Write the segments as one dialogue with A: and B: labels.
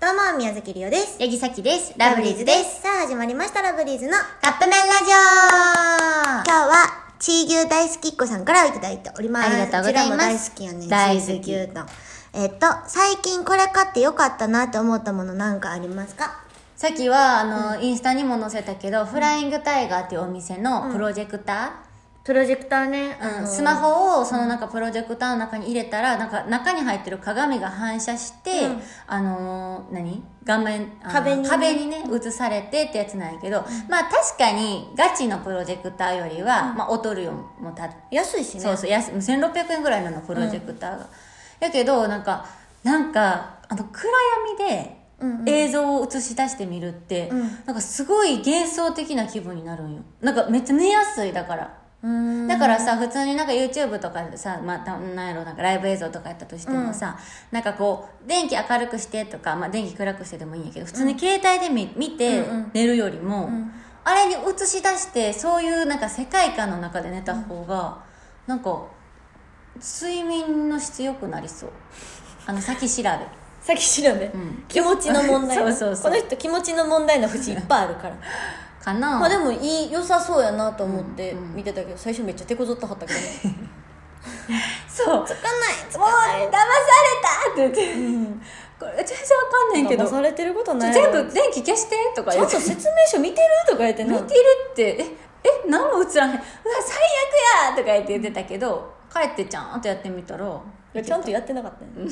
A: どうも、宮崎りおです。
B: ヤギサキです。ラブリーズです。
A: す。さあ、始まりました、ラブリーズの。
B: カップ麺ラジ
A: 今日は、チー牛大好きっ子さんからいただいております。
B: ありがとうございます
A: ちらも大好きやね。
B: 大好き
A: チーズ牛丼。えっと、最近これ買ってよかったなって思ったものなんかありますか
B: オさっきは、あの、インスタにも載せたけど、フライングタイガーっていうお店のプロジェクタ
A: プロジェクターね
B: ー、うん、スマホをそのなんかプロジェクターの中に入れたら、なんか中に入ってる鏡が反射して、
A: うん
B: あのー、何画面、あの
A: 壁にね
B: 壁にね、映されてってやつなんやけど、まあ確かにガチのプロジェクターよりは、まあ劣るよも立って、
A: 安いしね。
B: そうそう安い1600円ぐらいなのプロジェクターが、やけどなんかなんかあの暗
A: うんう
B: 闇で映像を映し出してみるって、
A: うん
B: なんかすごい幻想的な気分になるんよなんかめっちゃ寝やすいだから
A: うーん。
B: だからさ普通になんか YouTube とかでさ、まあ、たなんやろなんかライブ映像とかやったとしてもさ、なんかこう電気明るくしてとか、まあ、電気暗くしてでもいいんやけど普通に携帯で見見て
A: うんうん
B: 寝るよりも、
A: ん
B: あれに映し出してそういうなんか世界観の中で寝た方が、なんか睡眠の質良くなりそうあの先調べ
A: さっき調べ。
B: ん
A: 気持ちの問 題。
B: そうそうそ
A: こ
B: う
A: の人気持ちの問題の節いっぱいあるから。
B: かな、
A: まあでもいい、良さそうやなと思って見てたけど、最初めっちゃ手こずったはったけどね。
B: そう
A: つかない、 つか
B: もう
A: ない。
B: 騙されたって言って、これ全然わかんないけど
A: 騙されてることない
B: 全部電気消してとか
A: ち
B: 言
A: ょ
B: っ
A: ってと説明書見てるとか言って
B: 見
A: な
B: てるってええ何も映らへんうわ最悪やとか言って言ってたけど帰ってちゃんとやってみたら
A: ちゃんとやってなかった ね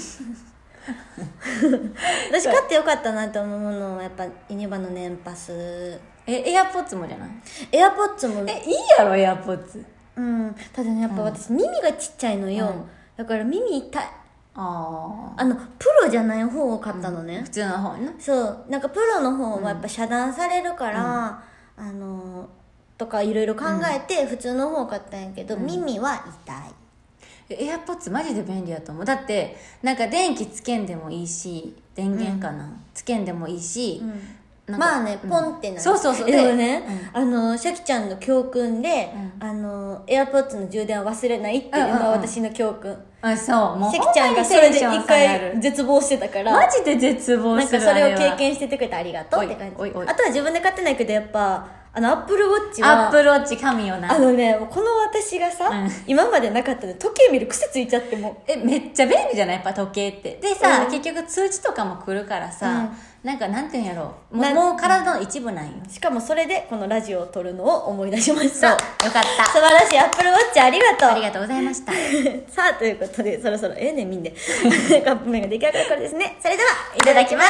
A: 私買ってよかったなと思うものはやっぱユニバの年パス
B: えエアポッツもじゃない
A: エアポッツも
B: えいいやろエアポッツ
A: うんただねやっぱ私耳がちっちゃいのよ、
B: うん
A: だから耳痛い
B: あ
A: あのプロじゃない方を買ったのね、
B: あ普通の方ね
A: そうなんかプロの方はやっぱ遮断されるから、あのとかいろいろ考えて普通の方を買ったんやけど、耳は痛い
B: エアポッツマジで便利やと思うだってなんか電気つけんでもいいし電源かな、つけんでもいいし、なんか
A: まあね、
B: うん
A: ポンってなる
B: そうそうそう
A: でも
B: で
A: ね、あのシャキちゃんの教訓で、あのエアポッツの充電は忘れないっていうの
B: うんうん
A: は
B: うん
A: 私の教訓、
B: あそうもう
A: シャキちゃんがそれで
B: ほんま
A: 一
B: にテンション下がる
A: 回絶望してたから
B: マジで絶望
A: なん
B: する
A: かそれを
B: あは
A: 経験しててくれてありがとうって感じ
B: おいおいおい
A: あとは自分で買ってないけどやっぱあのアップルウォッチ
B: アッ
A: は
B: プローチ神よな
A: あのねもうこの私がさ、
B: うん
A: 今までなかったので時計見る癖ついちゃってもう
B: えめっちゃ便利じゃないやっぱ時計ってでさ、
A: うん
B: 結局通知とかも来るからさ、なんかなんていうんやろうも
A: な
B: うもう体の一部なんよ
A: しかもそれでこのラジオを撮るのを思い出しまし
B: そう
A: た
B: よかった
A: 素晴らしいアップルウォッチありがとう
B: ありがとうございましたい
A: さあということでそろそろええねんみんでカップ麺が出来上がる頃ですねそれではい
B: ただきます